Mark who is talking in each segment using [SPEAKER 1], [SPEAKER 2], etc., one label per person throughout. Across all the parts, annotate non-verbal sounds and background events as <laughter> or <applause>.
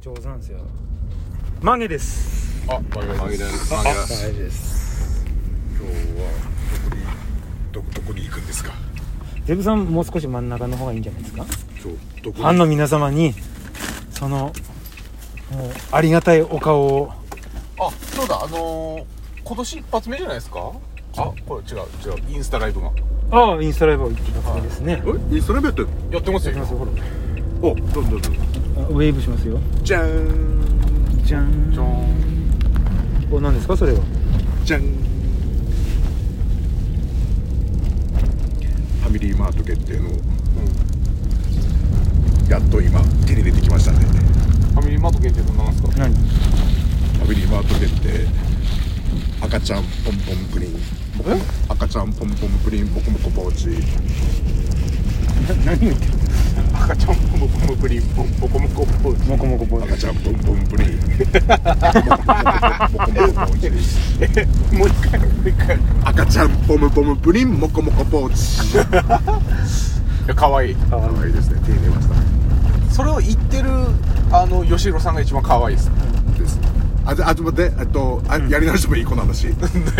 [SPEAKER 1] 上手なんですよマゲです
[SPEAKER 2] あ、マゲマゲです。マ
[SPEAKER 3] あ
[SPEAKER 2] ゲです。
[SPEAKER 1] 大事です
[SPEAKER 2] 今日はどこにどどこに行くんですか。
[SPEAKER 1] デブさんもう少し真ん中の方がいいんじゃないですかフ
[SPEAKER 2] 今日どこ
[SPEAKER 1] ァン
[SPEAKER 2] に
[SPEAKER 1] の皆様にそのもうありがたいお顔を
[SPEAKER 2] あ、そうだ。あのー、今年一発目じゃないですか。あ、これ違う違う。インスタライブが
[SPEAKER 1] ああインスタライブを一気に発ですね
[SPEAKER 3] えインスタライブやってる
[SPEAKER 2] やってます
[SPEAKER 1] や
[SPEAKER 2] よ。
[SPEAKER 1] りますよ
[SPEAKER 2] 今
[SPEAKER 1] ほら
[SPEAKER 3] おどんどんどん
[SPEAKER 1] あウェーブしますよ
[SPEAKER 2] じゃーん。
[SPEAKER 1] じゃん
[SPEAKER 2] じゃーん。
[SPEAKER 1] お何ですかそれは
[SPEAKER 2] じゃん。
[SPEAKER 3] ファミリーマート決定の、やっと今手に入れてきましたね
[SPEAKER 2] ファミリーマート限定のなんですか。
[SPEAKER 1] 何
[SPEAKER 3] ファミリーマート決定赤ちゃんポンポンプリンボコ
[SPEAKER 2] え
[SPEAKER 3] 赤ちゃんポンポンプリンボコボコポーチ
[SPEAKER 1] 何言ってる
[SPEAKER 2] 赤ちゃんもこもプリンポンポコモコポーチ。
[SPEAKER 1] モコモコポー
[SPEAKER 3] 赤ちゃんポンポンプリン
[SPEAKER 2] <laughs>
[SPEAKER 3] ボコボコボコボコポーチ
[SPEAKER 2] もう一回もう一回。い
[SPEAKER 3] 赤ちゃんポムポムプリンモコモコポーチ
[SPEAKER 2] や可愛い。
[SPEAKER 1] かわいい
[SPEAKER 3] 可愛いですね手に入れました
[SPEAKER 2] それを言ってるあの吉弘さんが一番可愛いです。
[SPEAKER 3] ですあであと待ってえっとあ、やり直してもいいこの話
[SPEAKER 2] <laughs>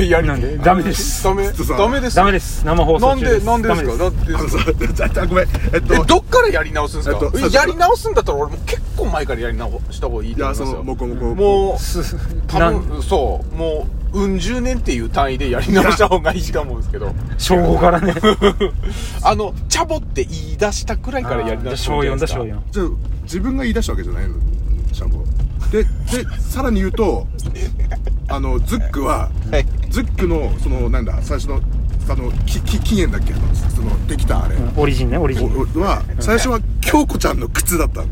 [SPEAKER 2] やり
[SPEAKER 1] なんでダメです
[SPEAKER 2] ダメ
[SPEAKER 3] そうそう
[SPEAKER 2] ダメです。
[SPEAKER 1] ダメです生放
[SPEAKER 2] な
[SPEAKER 1] 送
[SPEAKER 2] ん
[SPEAKER 1] 中で
[SPEAKER 2] ですなんでです
[SPEAKER 1] ダ
[SPEAKER 2] か。
[SPEAKER 1] メ
[SPEAKER 2] だって
[SPEAKER 3] あのさああごめんえっと
[SPEAKER 2] えどっからやり直すんですか、
[SPEAKER 3] えっと
[SPEAKER 2] えやり直すんだったら俺も結構前からやり直した方がいい
[SPEAKER 3] い
[SPEAKER 2] と思い
[SPEAKER 3] や
[SPEAKER 2] ます
[SPEAKER 3] そ
[SPEAKER 2] よ
[SPEAKER 3] のモコモコ
[SPEAKER 2] もう
[SPEAKER 1] す
[SPEAKER 2] 多分そうもううん十年っていう単位でやり直した方がいいと思うんですけど
[SPEAKER 1] 小5から
[SPEAKER 2] <laughs>
[SPEAKER 1] ね
[SPEAKER 2] あのチャボって言い出したくらいからやり直した
[SPEAKER 1] 小
[SPEAKER 2] 方がいい
[SPEAKER 1] 4
[SPEAKER 2] んじ
[SPEAKER 1] だ
[SPEAKER 2] ゃ
[SPEAKER 1] 小
[SPEAKER 2] ないで
[SPEAKER 1] 4
[SPEAKER 2] すか
[SPEAKER 3] じゃあ自分が言い出したわけじゃないのちゃんとででさらに言うとあのズックは
[SPEAKER 2] はい
[SPEAKER 3] ズックのそのなんだ最初のあのきき期限だっけそのできたあれ、
[SPEAKER 1] オリジンねオリジン
[SPEAKER 3] おおは最初は京子ちゃんの靴だったの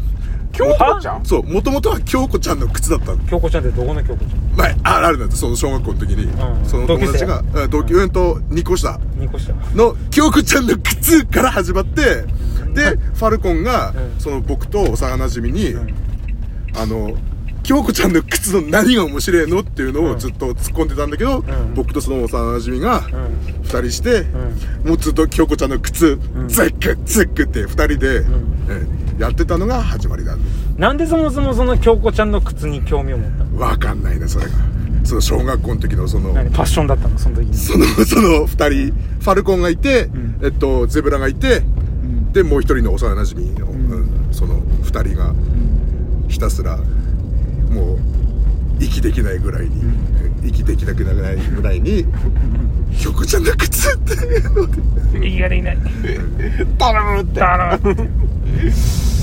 [SPEAKER 2] 京子ちゃん
[SPEAKER 3] そうもともとは京子ちゃんの靴だったの
[SPEAKER 1] 京子ちゃんってどこの京子ちゃん
[SPEAKER 3] 前ああるんだってその小学校の時に、
[SPEAKER 1] うん
[SPEAKER 3] その友達がうん同級うんと2個下
[SPEAKER 1] 2個下
[SPEAKER 3] の京子ちゃんの靴から始まってでファルコンが
[SPEAKER 1] うん
[SPEAKER 3] その僕と幼馴染に、
[SPEAKER 1] ん
[SPEAKER 3] あの京子ちゃんの靴の何が面白いのっていうの
[SPEAKER 1] う
[SPEAKER 3] を
[SPEAKER 1] ん
[SPEAKER 3] ずっと突っ込んでたんだけど、
[SPEAKER 1] ん
[SPEAKER 3] 僕とその幼馴染が
[SPEAKER 1] うん
[SPEAKER 3] 2人して、もうずっと京子ちゃんの靴、
[SPEAKER 1] ん
[SPEAKER 3] ズックズックって2人で、うんやってたのが始まりなんで
[SPEAKER 1] なんでそもそもその京子ちゃんの靴に興味を持ったの
[SPEAKER 3] わかんないねそれがその小学校の時のその
[SPEAKER 1] 何パッションだったのその時に
[SPEAKER 3] そのその2人ファルコンがいて、
[SPEAKER 1] ん
[SPEAKER 3] えっとゼブラがいて、でもう一人の幼なじみの、うんその2人がひたすらもう息できないぐらいに、息できなくないぐらいに「ひょこちゃんの靴」っていうので
[SPEAKER 1] いやでいない
[SPEAKER 2] 頼むって
[SPEAKER 1] だろ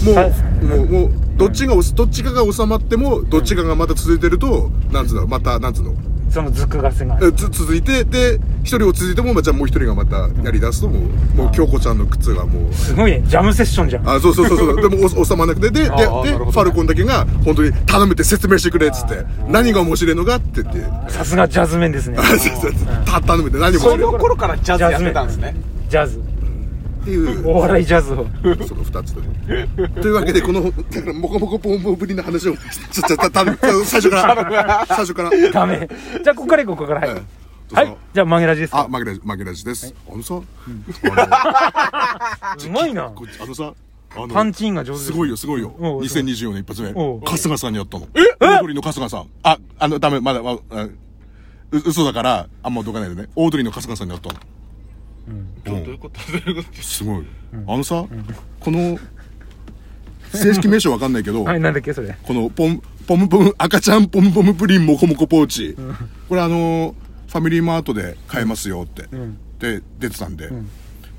[SPEAKER 3] も
[SPEAKER 1] は
[SPEAKER 3] うもうもうどっちがおすどっちかが収まってもどっちかがまた続いてるとなんつうのまたなんつうの
[SPEAKER 1] そのズクガセが
[SPEAKER 3] えつ続いてで一人を続いてもまあじゃあもう一人がまたやりだすともう,、もう京子ちゃんの靴がもう。
[SPEAKER 1] すごいねジャムセッションじゃん
[SPEAKER 3] あそうそうそうそうでもお収まらなくてででで
[SPEAKER 2] あーな
[SPEAKER 3] フ
[SPEAKER 2] るほどね
[SPEAKER 3] ァルコンだけが本当に頼めて説明してくれっつって何が面白いのかって言って
[SPEAKER 1] さすがジャズメンですね
[SPEAKER 3] あそうそうそうた頼めて何が
[SPEAKER 2] そ
[SPEAKER 3] 面白い
[SPEAKER 2] の
[SPEAKER 3] のか
[SPEAKER 2] 頃からジャズやってたんですね
[SPEAKER 1] ジャズ
[SPEAKER 3] っていう
[SPEAKER 1] お笑いジャズを
[SPEAKER 3] その2つとというわけでこのだからモコモコポンポンぶりの話をちょちょた頼む最初から最初から
[SPEAKER 1] ダメじゃあここから行こうここからはい、はいじゃあマゲラジです
[SPEAKER 3] あ
[SPEAKER 1] か
[SPEAKER 3] マゲラジマゲラジですあのさ
[SPEAKER 1] うまいな
[SPEAKER 3] こっちあのさあの
[SPEAKER 1] パンチインが上手です
[SPEAKER 3] すごいよ、すごいよ。
[SPEAKER 1] おう
[SPEAKER 3] 2024年一発目。
[SPEAKER 1] おう
[SPEAKER 3] 春日さんに会ったの。えオードリーの春日さん。あ、あの、ダメ、まだ、まあう嘘だから、あんまどかないでね。オードリーの春日さんに会ったの。
[SPEAKER 2] どういうことどういうこと
[SPEAKER 3] すごい。あのさ、この、正式名称わかんないけど、
[SPEAKER 1] はいなんだっけそれ
[SPEAKER 3] このポン、ポムポム、赤ちゃんポムポムプリンモコモコポーチ。これあのーファミリーマートで買えますよって。で、出てたんで。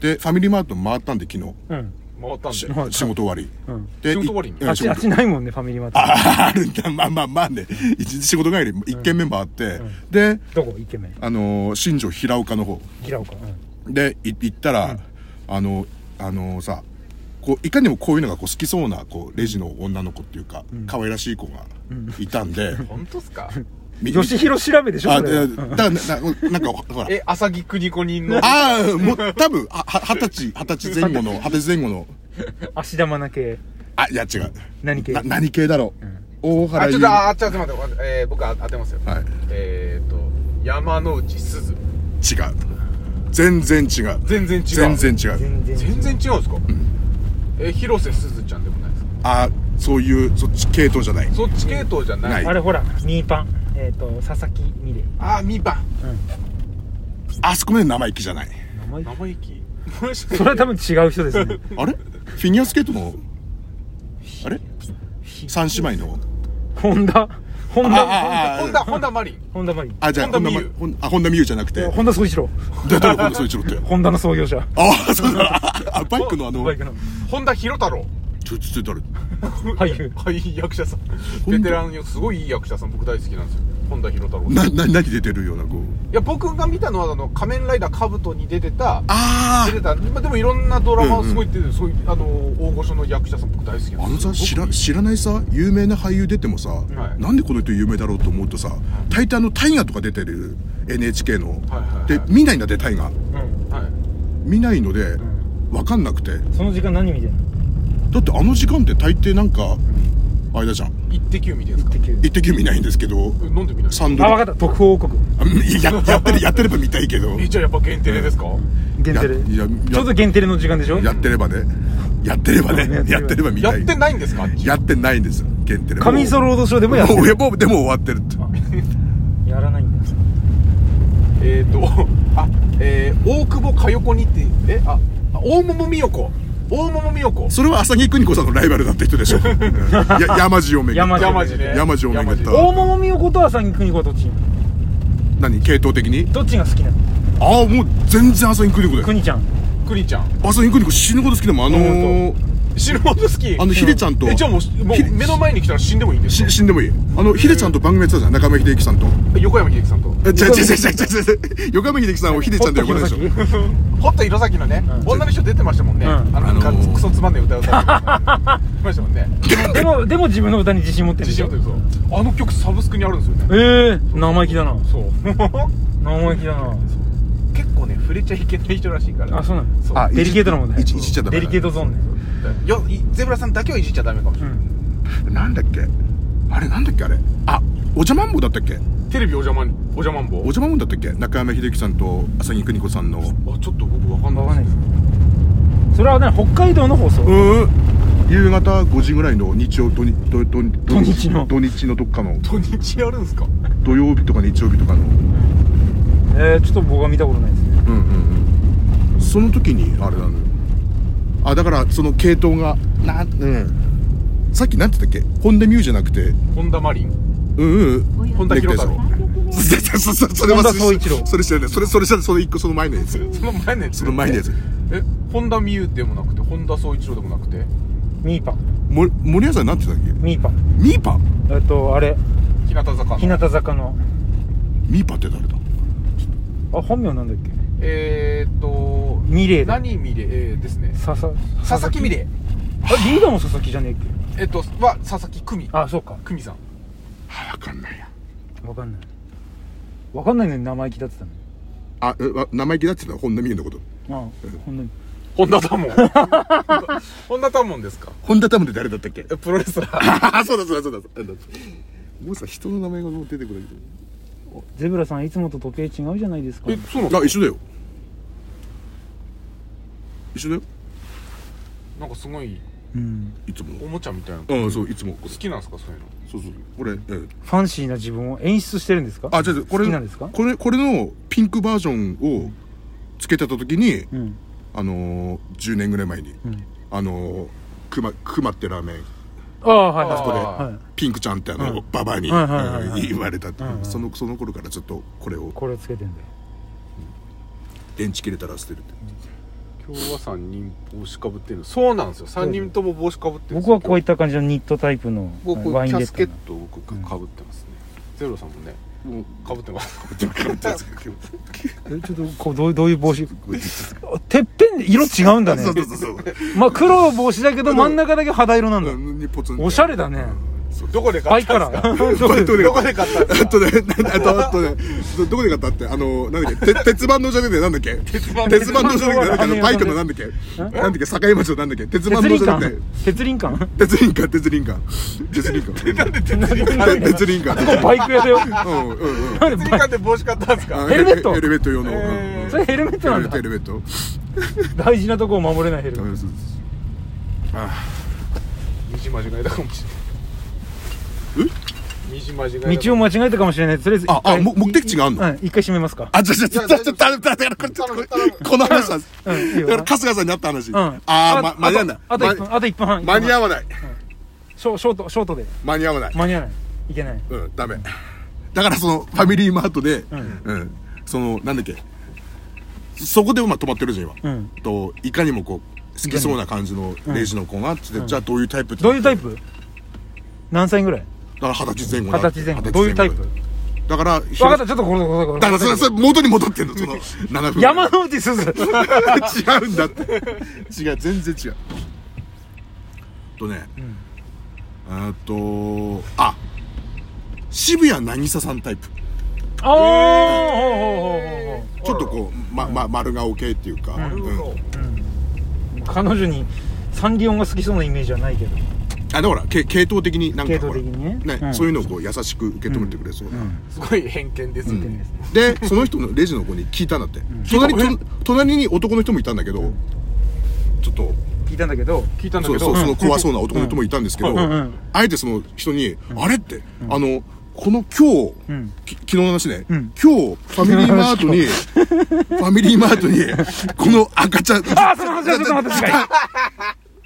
[SPEAKER 3] で、ファミリーマート回ったんで、昨日。
[SPEAKER 1] うん
[SPEAKER 2] 回ったん
[SPEAKER 3] し
[SPEAKER 2] で
[SPEAKER 1] はい
[SPEAKER 3] 仕事終わり。で
[SPEAKER 2] 仕事終わりに
[SPEAKER 3] いうん
[SPEAKER 1] あっちあっちないもんねファミリーマート
[SPEAKER 3] あるんだ。まあまあまあね。一日仕事帰り、一軒目もあって、で、
[SPEAKER 1] どこイケメン
[SPEAKER 3] あのー新庄平岡の方。
[SPEAKER 1] 平岡、うん
[SPEAKER 3] で、い行ったら、あの、あのーさ、こう、いかにもこういうのがこう好きそうな、こう、レジの女の子っていうか、可愛らしい子がいたんで、
[SPEAKER 2] 本当っすか
[SPEAKER 3] み
[SPEAKER 1] 吉弘調べでしょ
[SPEAKER 3] あ、
[SPEAKER 1] それ
[SPEAKER 3] で
[SPEAKER 1] は
[SPEAKER 3] だからな、ななんか、ほら。
[SPEAKER 2] え浅木邦子人の
[SPEAKER 3] ああ、もう、多分、はは二十歳、二十歳前後の、二十歳前後の、
[SPEAKER 1] 足玉な系
[SPEAKER 3] あ、いや違う。
[SPEAKER 1] 何系
[SPEAKER 3] な何系だろう。大
[SPEAKER 2] あ、
[SPEAKER 3] 原
[SPEAKER 2] ちょ
[SPEAKER 3] 優
[SPEAKER 2] っと、あ、ちょっと待って待って、えー、僕は当てますよ。
[SPEAKER 3] はい
[SPEAKER 2] えーと、山之内すず。
[SPEAKER 3] 違う全然違う
[SPEAKER 2] 全然違う
[SPEAKER 3] 全然違
[SPEAKER 1] 全
[SPEAKER 3] う
[SPEAKER 1] 然
[SPEAKER 2] 全然違うんですか、えー広瀬すずちゃんでもないですか
[SPEAKER 3] あそういうそっち系統じゃない
[SPEAKER 2] そっち系統じゃない
[SPEAKER 3] ない
[SPEAKER 1] あれほらミーパンえっ、と佐々木美玲
[SPEAKER 2] ああミーパン
[SPEAKER 3] あそこまで生意気じゃない
[SPEAKER 1] 名前
[SPEAKER 2] 生意気
[SPEAKER 1] それは多分違う人ですね
[SPEAKER 3] あれフィギュアスケートのあれ三姉妹の
[SPEAKER 1] 本田本田
[SPEAKER 3] あああ
[SPEAKER 2] ホンダホンダマリン
[SPEAKER 1] 本田マリン
[SPEAKER 3] あじゃあ
[SPEAKER 2] 本田
[SPEAKER 3] 本田
[SPEAKER 2] 望
[SPEAKER 3] ま
[SPEAKER 2] 結
[SPEAKER 3] ほんあ本田美優じゃなくて
[SPEAKER 1] 本田総一郎
[SPEAKER 3] 誰だ本田宗一郎って
[SPEAKER 1] 本田の創業者
[SPEAKER 3] ああそうだあバイクのあの
[SPEAKER 1] バイクの
[SPEAKER 2] ホンダヒロ太郎
[SPEAKER 3] ちょちょちょ誰
[SPEAKER 1] 俳優
[SPEAKER 2] はい役者さんベテランよすごいいい役者さん僕大好きなんですよ本田ヒロ太郎い
[SPEAKER 3] なな何出てるようなこう
[SPEAKER 2] や僕が見たのはあの仮面ライダーカブトに出てた
[SPEAKER 3] あ
[SPEAKER 2] 出てた、まあ、でもいろんなドラマをすごい出てる、そういうあの大御所の役者さん僕大好き
[SPEAKER 3] あ
[SPEAKER 2] な
[SPEAKER 3] あ
[SPEAKER 2] ん
[SPEAKER 3] の
[SPEAKER 2] です
[SPEAKER 3] さ知ら知らないさ有名な俳優出てもさ、
[SPEAKER 2] い
[SPEAKER 3] なんでこの人有名だろうと思うとさ大体あの大河とか出てる NHK の、
[SPEAKER 2] はいはいはい
[SPEAKER 3] で見ないんだって大河
[SPEAKER 1] うん
[SPEAKER 2] はい
[SPEAKER 3] 見ないので、わかんなくて
[SPEAKER 1] その時間何見てんの
[SPEAKER 3] だってあの時間って大抵なんかあれだじゃん
[SPEAKER 2] 「イッテ Q!」見てるんです
[SPEAKER 1] 敵
[SPEAKER 2] か
[SPEAKER 3] 「イッテ Q!」見ないんですけど
[SPEAKER 2] 飲んでみない
[SPEAKER 3] サンド
[SPEAKER 1] あ分かった特報王国
[SPEAKER 3] ややってるやってれば見たいけど
[SPEAKER 2] えじゃあやっぱ限定ですか、
[SPEAKER 1] 限
[SPEAKER 3] や
[SPEAKER 1] 定で
[SPEAKER 3] いやや
[SPEAKER 1] ちょっと限定の時間でしょ
[SPEAKER 3] やってればねやってればねやってれば見
[SPEAKER 2] や
[SPEAKER 3] た
[SPEAKER 2] っ
[SPEAKER 3] い
[SPEAKER 2] てないんですか
[SPEAKER 3] やってないんですよ限定で
[SPEAKER 1] 上磯ロードショーでもやって
[SPEAKER 3] もう
[SPEAKER 1] る
[SPEAKER 3] もうもうでも終わってるって
[SPEAKER 1] やらないんだ
[SPEAKER 2] <laughs> えっ、ー、とあえー、大久保佳代子にってえああ大桃美代子大桃美代子
[SPEAKER 3] それは浅木邦子さんのライバルだった人でしょや山路をめぐ
[SPEAKER 1] 山
[SPEAKER 3] っ
[SPEAKER 1] 路
[SPEAKER 3] て
[SPEAKER 2] 山路ね
[SPEAKER 3] 山路を巡った
[SPEAKER 1] 大桃美代子と浅木邦子はどっち
[SPEAKER 3] 何系統的に
[SPEAKER 1] どっちが好きなの
[SPEAKER 3] ああもう全然浅木邦子だよ
[SPEAKER 1] 邦ちゃん
[SPEAKER 2] 栗ちゃん
[SPEAKER 3] 浅木邦子死ぬほど好きでもんあのー
[SPEAKER 2] 死ぬほど好き
[SPEAKER 3] あのヒデちゃんと
[SPEAKER 2] えじゃあもうもう
[SPEAKER 3] ひれ
[SPEAKER 2] 目の前に来たら死んでもいいんです
[SPEAKER 3] し
[SPEAKER 2] か
[SPEAKER 3] 死んでもいいあのヒデちゃんと番組やってたじゃん中山秀樹さんと
[SPEAKER 2] 横山秀樹さんと
[SPEAKER 3] え違う違う違う違う違う横山秀樹さんをヒデちゃんと呼ばないでしょ
[SPEAKER 1] ホット弘
[SPEAKER 2] 堀
[SPEAKER 3] <laughs>
[SPEAKER 2] 田弘前のね、女の人出てましたもんね、
[SPEAKER 1] うん
[SPEAKER 2] あの、
[SPEAKER 3] あのー
[SPEAKER 2] クソつまんない歌を歌ってましたもんね
[SPEAKER 1] 前でもでも自分の歌に自信持ってるで
[SPEAKER 2] 自
[SPEAKER 1] し
[SPEAKER 2] 信
[SPEAKER 1] ょ
[SPEAKER 2] をというぞあの曲サブスクにあるんですよね
[SPEAKER 1] ええ生意気だな
[SPEAKER 2] そう
[SPEAKER 1] 生意気だな
[SPEAKER 2] <laughs> 結構ね触れちゃいけない人らしいから
[SPEAKER 1] あそうなの
[SPEAKER 2] そう
[SPEAKER 3] あいじ
[SPEAKER 1] デリケートな問題
[SPEAKER 3] いじいじっちゃダメ
[SPEAKER 1] デリケートゾーンね
[SPEAKER 2] よいゼブラさんだけはいじっちゃダメかもしれ
[SPEAKER 1] う
[SPEAKER 2] ない、
[SPEAKER 1] ん
[SPEAKER 3] なんだっけあれなんだっけあれあおじゃまんぼだったっけ
[SPEAKER 2] テレビおじゃまんおじゃまんぼ
[SPEAKER 3] おじゃまんぼだったっけ中山秀樹さんと浅木邦子さんの
[SPEAKER 2] あちょっと僕わかんない
[SPEAKER 1] わかんないですそれはね北海道の放送
[SPEAKER 3] うん夕方5時ぐらいの日曜土日土土土
[SPEAKER 1] 土日の
[SPEAKER 3] 土日のどっかの
[SPEAKER 2] 土日やるんですか
[SPEAKER 3] 土曜日とか日曜日とかのうん
[SPEAKER 1] えー、ちょっと僕は見たことないですね
[SPEAKER 3] うんうんその時にあれなのよあだからその系統がなうんさっきなんて言ったっけ本田美優じゃなくて
[SPEAKER 2] 本田マリン
[SPEAKER 3] うんうん
[SPEAKER 2] 本田博太郎
[SPEAKER 3] そそそそれは
[SPEAKER 1] 本田宗一郎
[SPEAKER 3] それ知らないそれそれ知らないその一個その前のやつ
[SPEAKER 2] その前のやつ
[SPEAKER 3] その前のやつ
[SPEAKER 2] え本田美優でもなくて本田宗一郎でもなくて
[SPEAKER 1] ミーパン
[SPEAKER 3] も森谷さんなんて言ったっけ
[SPEAKER 1] ミーパン
[SPEAKER 3] ミーパ
[SPEAKER 1] えっとあれ
[SPEAKER 2] 日向坂
[SPEAKER 1] 日
[SPEAKER 2] の
[SPEAKER 1] 向坂の
[SPEAKER 3] ミーパって誰だ
[SPEAKER 1] あ本名なんだっけ
[SPEAKER 2] えーっと
[SPEAKER 1] ミレイだ
[SPEAKER 2] 何ミレイえーですね
[SPEAKER 1] 佐々
[SPEAKER 2] 佐々木美玲
[SPEAKER 1] あリーダーも佐々木じゃねえっけ
[SPEAKER 2] えっとは佐々木久美
[SPEAKER 1] あそうか
[SPEAKER 2] 久美さん
[SPEAKER 3] あ分かんないや
[SPEAKER 1] わかんないわかんないのに生意気だってたの
[SPEAKER 3] あえわ生意気だって言ったの本田美優のこと
[SPEAKER 1] あほんとに
[SPEAKER 2] 本田多門 <laughs> 本田多門ですか
[SPEAKER 3] 本田タムで誰だったっけ
[SPEAKER 2] えプロレスラー
[SPEAKER 3] <laughs> あそうだそうだそうだそうだもうさ人の名前がもう出てこないけ
[SPEAKER 1] ゼブラさんいつもと時計違うじゃないですか
[SPEAKER 2] えそうなの
[SPEAKER 3] どあ一緒だよ一緒だよ
[SPEAKER 2] なんかすごい
[SPEAKER 1] うん
[SPEAKER 3] いつも
[SPEAKER 2] おもちゃみたいな好
[SPEAKER 3] うんそういつもそう
[SPEAKER 2] きなんですかそういうの
[SPEAKER 3] そうそうこれ、ええ
[SPEAKER 1] ファンシーな自分を演出してるんですか
[SPEAKER 3] あじゃあこ
[SPEAKER 1] 好
[SPEAKER 3] れ
[SPEAKER 1] きなんですか
[SPEAKER 3] これこれのピンクバージョンをつけてた時に、
[SPEAKER 1] うん
[SPEAKER 3] あのー、10年ぐらい前に、
[SPEAKER 1] ん
[SPEAKER 3] あのー、クマクマってラーメン
[SPEAKER 1] ああはいはい
[SPEAKER 2] あそこで
[SPEAKER 1] はい
[SPEAKER 3] ピンクちゃんってあの、ババアに、
[SPEAKER 1] はいはいはいはい
[SPEAKER 3] うん言われたって、そのその頃からずっとこれを
[SPEAKER 1] これをつけてんだよ
[SPEAKER 3] 電池切れたら捨てる
[SPEAKER 1] <laughs>
[SPEAKER 3] って
[SPEAKER 2] 今日は3人帽子かぶってるそうなんですよ3人とも帽子かぶってる
[SPEAKER 1] 僕はこうい
[SPEAKER 2] っ
[SPEAKER 1] った感じのニットタイプの
[SPEAKER 2] 僕キ
[SPEAKER 1] ワインレ
[SPEAKER 2] ャ
[SPEAKER 1] ッ
[SPEAKER 2] スケ
[SPEAKER 1] ド
[SPEAKER 2] ットを僕かぶってますねゼロさんもね
[SPEAKER 3] もう
[SPEAKER 2] かぶってます
[SPEAKER 3] こうやってこうやって
[SPEAKER 1] えちょっとこうどうどういう帽子
[SPEAKER 3] こうやって
[SPEAKER 1] てっぺんで色違うんだね
[SPEAKER 3] そうそうそ
[SPEAKER 1] <laughs>
[SPEAKER 3] うそう
[SPEAKER 1] まあ黒の帽子だけど真ん中だけ肌色なんだ
[SPEAKER 3] うんにポツン
[SPEAKER 1] おしゃれだね
[SPEAKER 2] どこで
[SPEAKER 1] バ
[SPEAKER 2] 買っ
[SPEAKER 1] イカ
[SPEAKER 2] た
[SPEAKER 1] ラ
[SPEAKER 2] んですか
[SPEAKER 1] ー
[SPEAKER 3] バイトで
[SPEAKER 2] どこで買ったんです
[SPEAKER 3] あ
[SPEAKER 2] か
[SPEAKER 3] とね、なあと、あとね、どどこで買ったって、あの、なんだっけ、て鉄板のじゃねえなんだっけ鉄
[SPEAKER 2] 板
[SPEAKER 3] 板のじゃねえなんだっけあ
[SPEAKER 1] 鉄板の
[SPEAKER 3] の、バイクのなんだっけなんだっけ境町のなんだっけ鉄
[SPEAKER 1] 鉄
[SPEAKER 3] 板の
[SPEAKER 1] 輪
[SPEAKER 3] じゃね
[SPEAKER 1] 館鉄輪館
[SPEAKER 3] え鉄輪か、鉄輪か。鉄輪か。鉄輪か。
[SPEAKER 1] バイク屋だよ
[SPEAKER 3] うん、うん、うん。
[SPEAKER 1] なんで
[SPEAKER 2] 別に
[SPEAKER 1] バイ
[SPEAKER 2] 買って帽子買ったんです <laughs>
[SPEAKER 3] あ
[SPEAKER 2] か
[SPEAKER 1] ヘルメット
[SPEAKER 3] ヘルメット用の。うん
[SPEAKER 2] え
[SPEAKER 1] それヘルメッ
[SPEAKER 3] ヘ
[SPEAKER 1] トな
[SPEAKER 3] ル
[SPEAKER 1] ん
[SPEAKER 3] メット、
[SPEAKER 1] だ
[SPEAKER 3] ヘルメット。
[SPEAKER 1] 大事なとこを守れないヘル
[SPEAKER 3] ダ
[SPEAKER 1] メッ
[SPEAKER 3] メです。
[SPEAKER 2] 道間違えたかもしれない道間違えたかも
[SPEAKER 1] 道を間違えたかもしれないとりあえず
[SPEAKER 3] あ、あ、も目的地
[SPEAKER 1] が
[SPEAKER 3] があんの、
[SPEAKER 1] うん一回閉めますか
[SPEAKER 3] あ、じゃじゃじゃじゃじゃ、だだだからこれ、これこの話なんです。
[SPEAKER 1] うんいい
[SPEAKER 3] だ
[SPEAKER 1] よ
[SPEAKER 3] から春日さんに会った話。
[SPEAKER 1] うん
[SPEAKER 3] ああ、ま、間に合わない。
[SPEAKER 1] あと1分あと1分半
[SPEAKER 3] 間に合
[SPEAKER 1] わ
[SPEAKER 3] わない。
[SPEAKER 1] ショショートショートで
[SPEAKER 3] 間に合わない。
[SPEAKER 1] 間に合わないいけない
[SPEAKER 3] うん、ダメ。だからその、ファミリーマートで、うんん、その、なんだっけ。そこでまあ止まってるじゃん、今。
[SPEAKER 1] うん
[SPEAKER 3] と、いかにもこう、好きそうな感じのレジの子が、つって、じゃあどういうタイプって
[SPEAKER 1] どういうタイプ何歳ぐらい
[SPEAKER 3] だから二十歳前後
[SPEAKER 1] 二
[SPEAKER 3] な
[SPEAKER 1] 十歳前後どういうタイプ分
[SPEAKER 3] だから、分
[SPEAKER 1] かったちょっとこれこれこれ
[SPEAKER 3] だからそれ、それ、元に戻ってんの、
[SPEAKER 1] <laughs>
[SPEAKER 3] その、7分。
[SPEAKER 1] 山之内す <laughs> ず
[SPEAKER 3] 違うんだって違う全然違うとね
[SPEAKER 1] ん
[SPEAKER 3] えーっとあ渋谷渚さんタイプ
[SPEAKER 1] ああ
[SPEAKER 3] ちょっとこう、まま、丸顔系っていうか、うん
[SPEAKER 1] 彼女にサンリオンが好きそうなイメージはないけど
[SPEAKER 3] あだからけ系統的になんかほら
[SPEAKER 1] 系統的にねうん
[SPEAKER 3] そういうのをこう優しく受け止めてくれそうな、
[SPEAKER 2] すごい偏見ですね
[SPEAKER 3] でその人のレジの子に聞いたんだって、隣と隣に男の人もいたんだけど、ちょっと
[SPEAKER 1] 聞いたんだけど
[SPEAKER 2] 聞いたんだ
[SPEAKER 3] そう
[SPEAKER 2] けど
[SPEAKER 3] そう、その怖そうな男の人もいたんですけど、
[SPEAKER 1] うんうんうん
[SPEAKER 3] あえてその人に、あれって、あの、この今日、
[SPEAKER 1] ん
[SPEAKER 3] き昨日の話ね、
[SPEAKER 1] ん
[SPEAKER 3] 今日、ファミリーマートに、ファミリーマートに、この赤ちゃん、
[SPEAKER 1] <laughs> あーその話はちょっと待って違う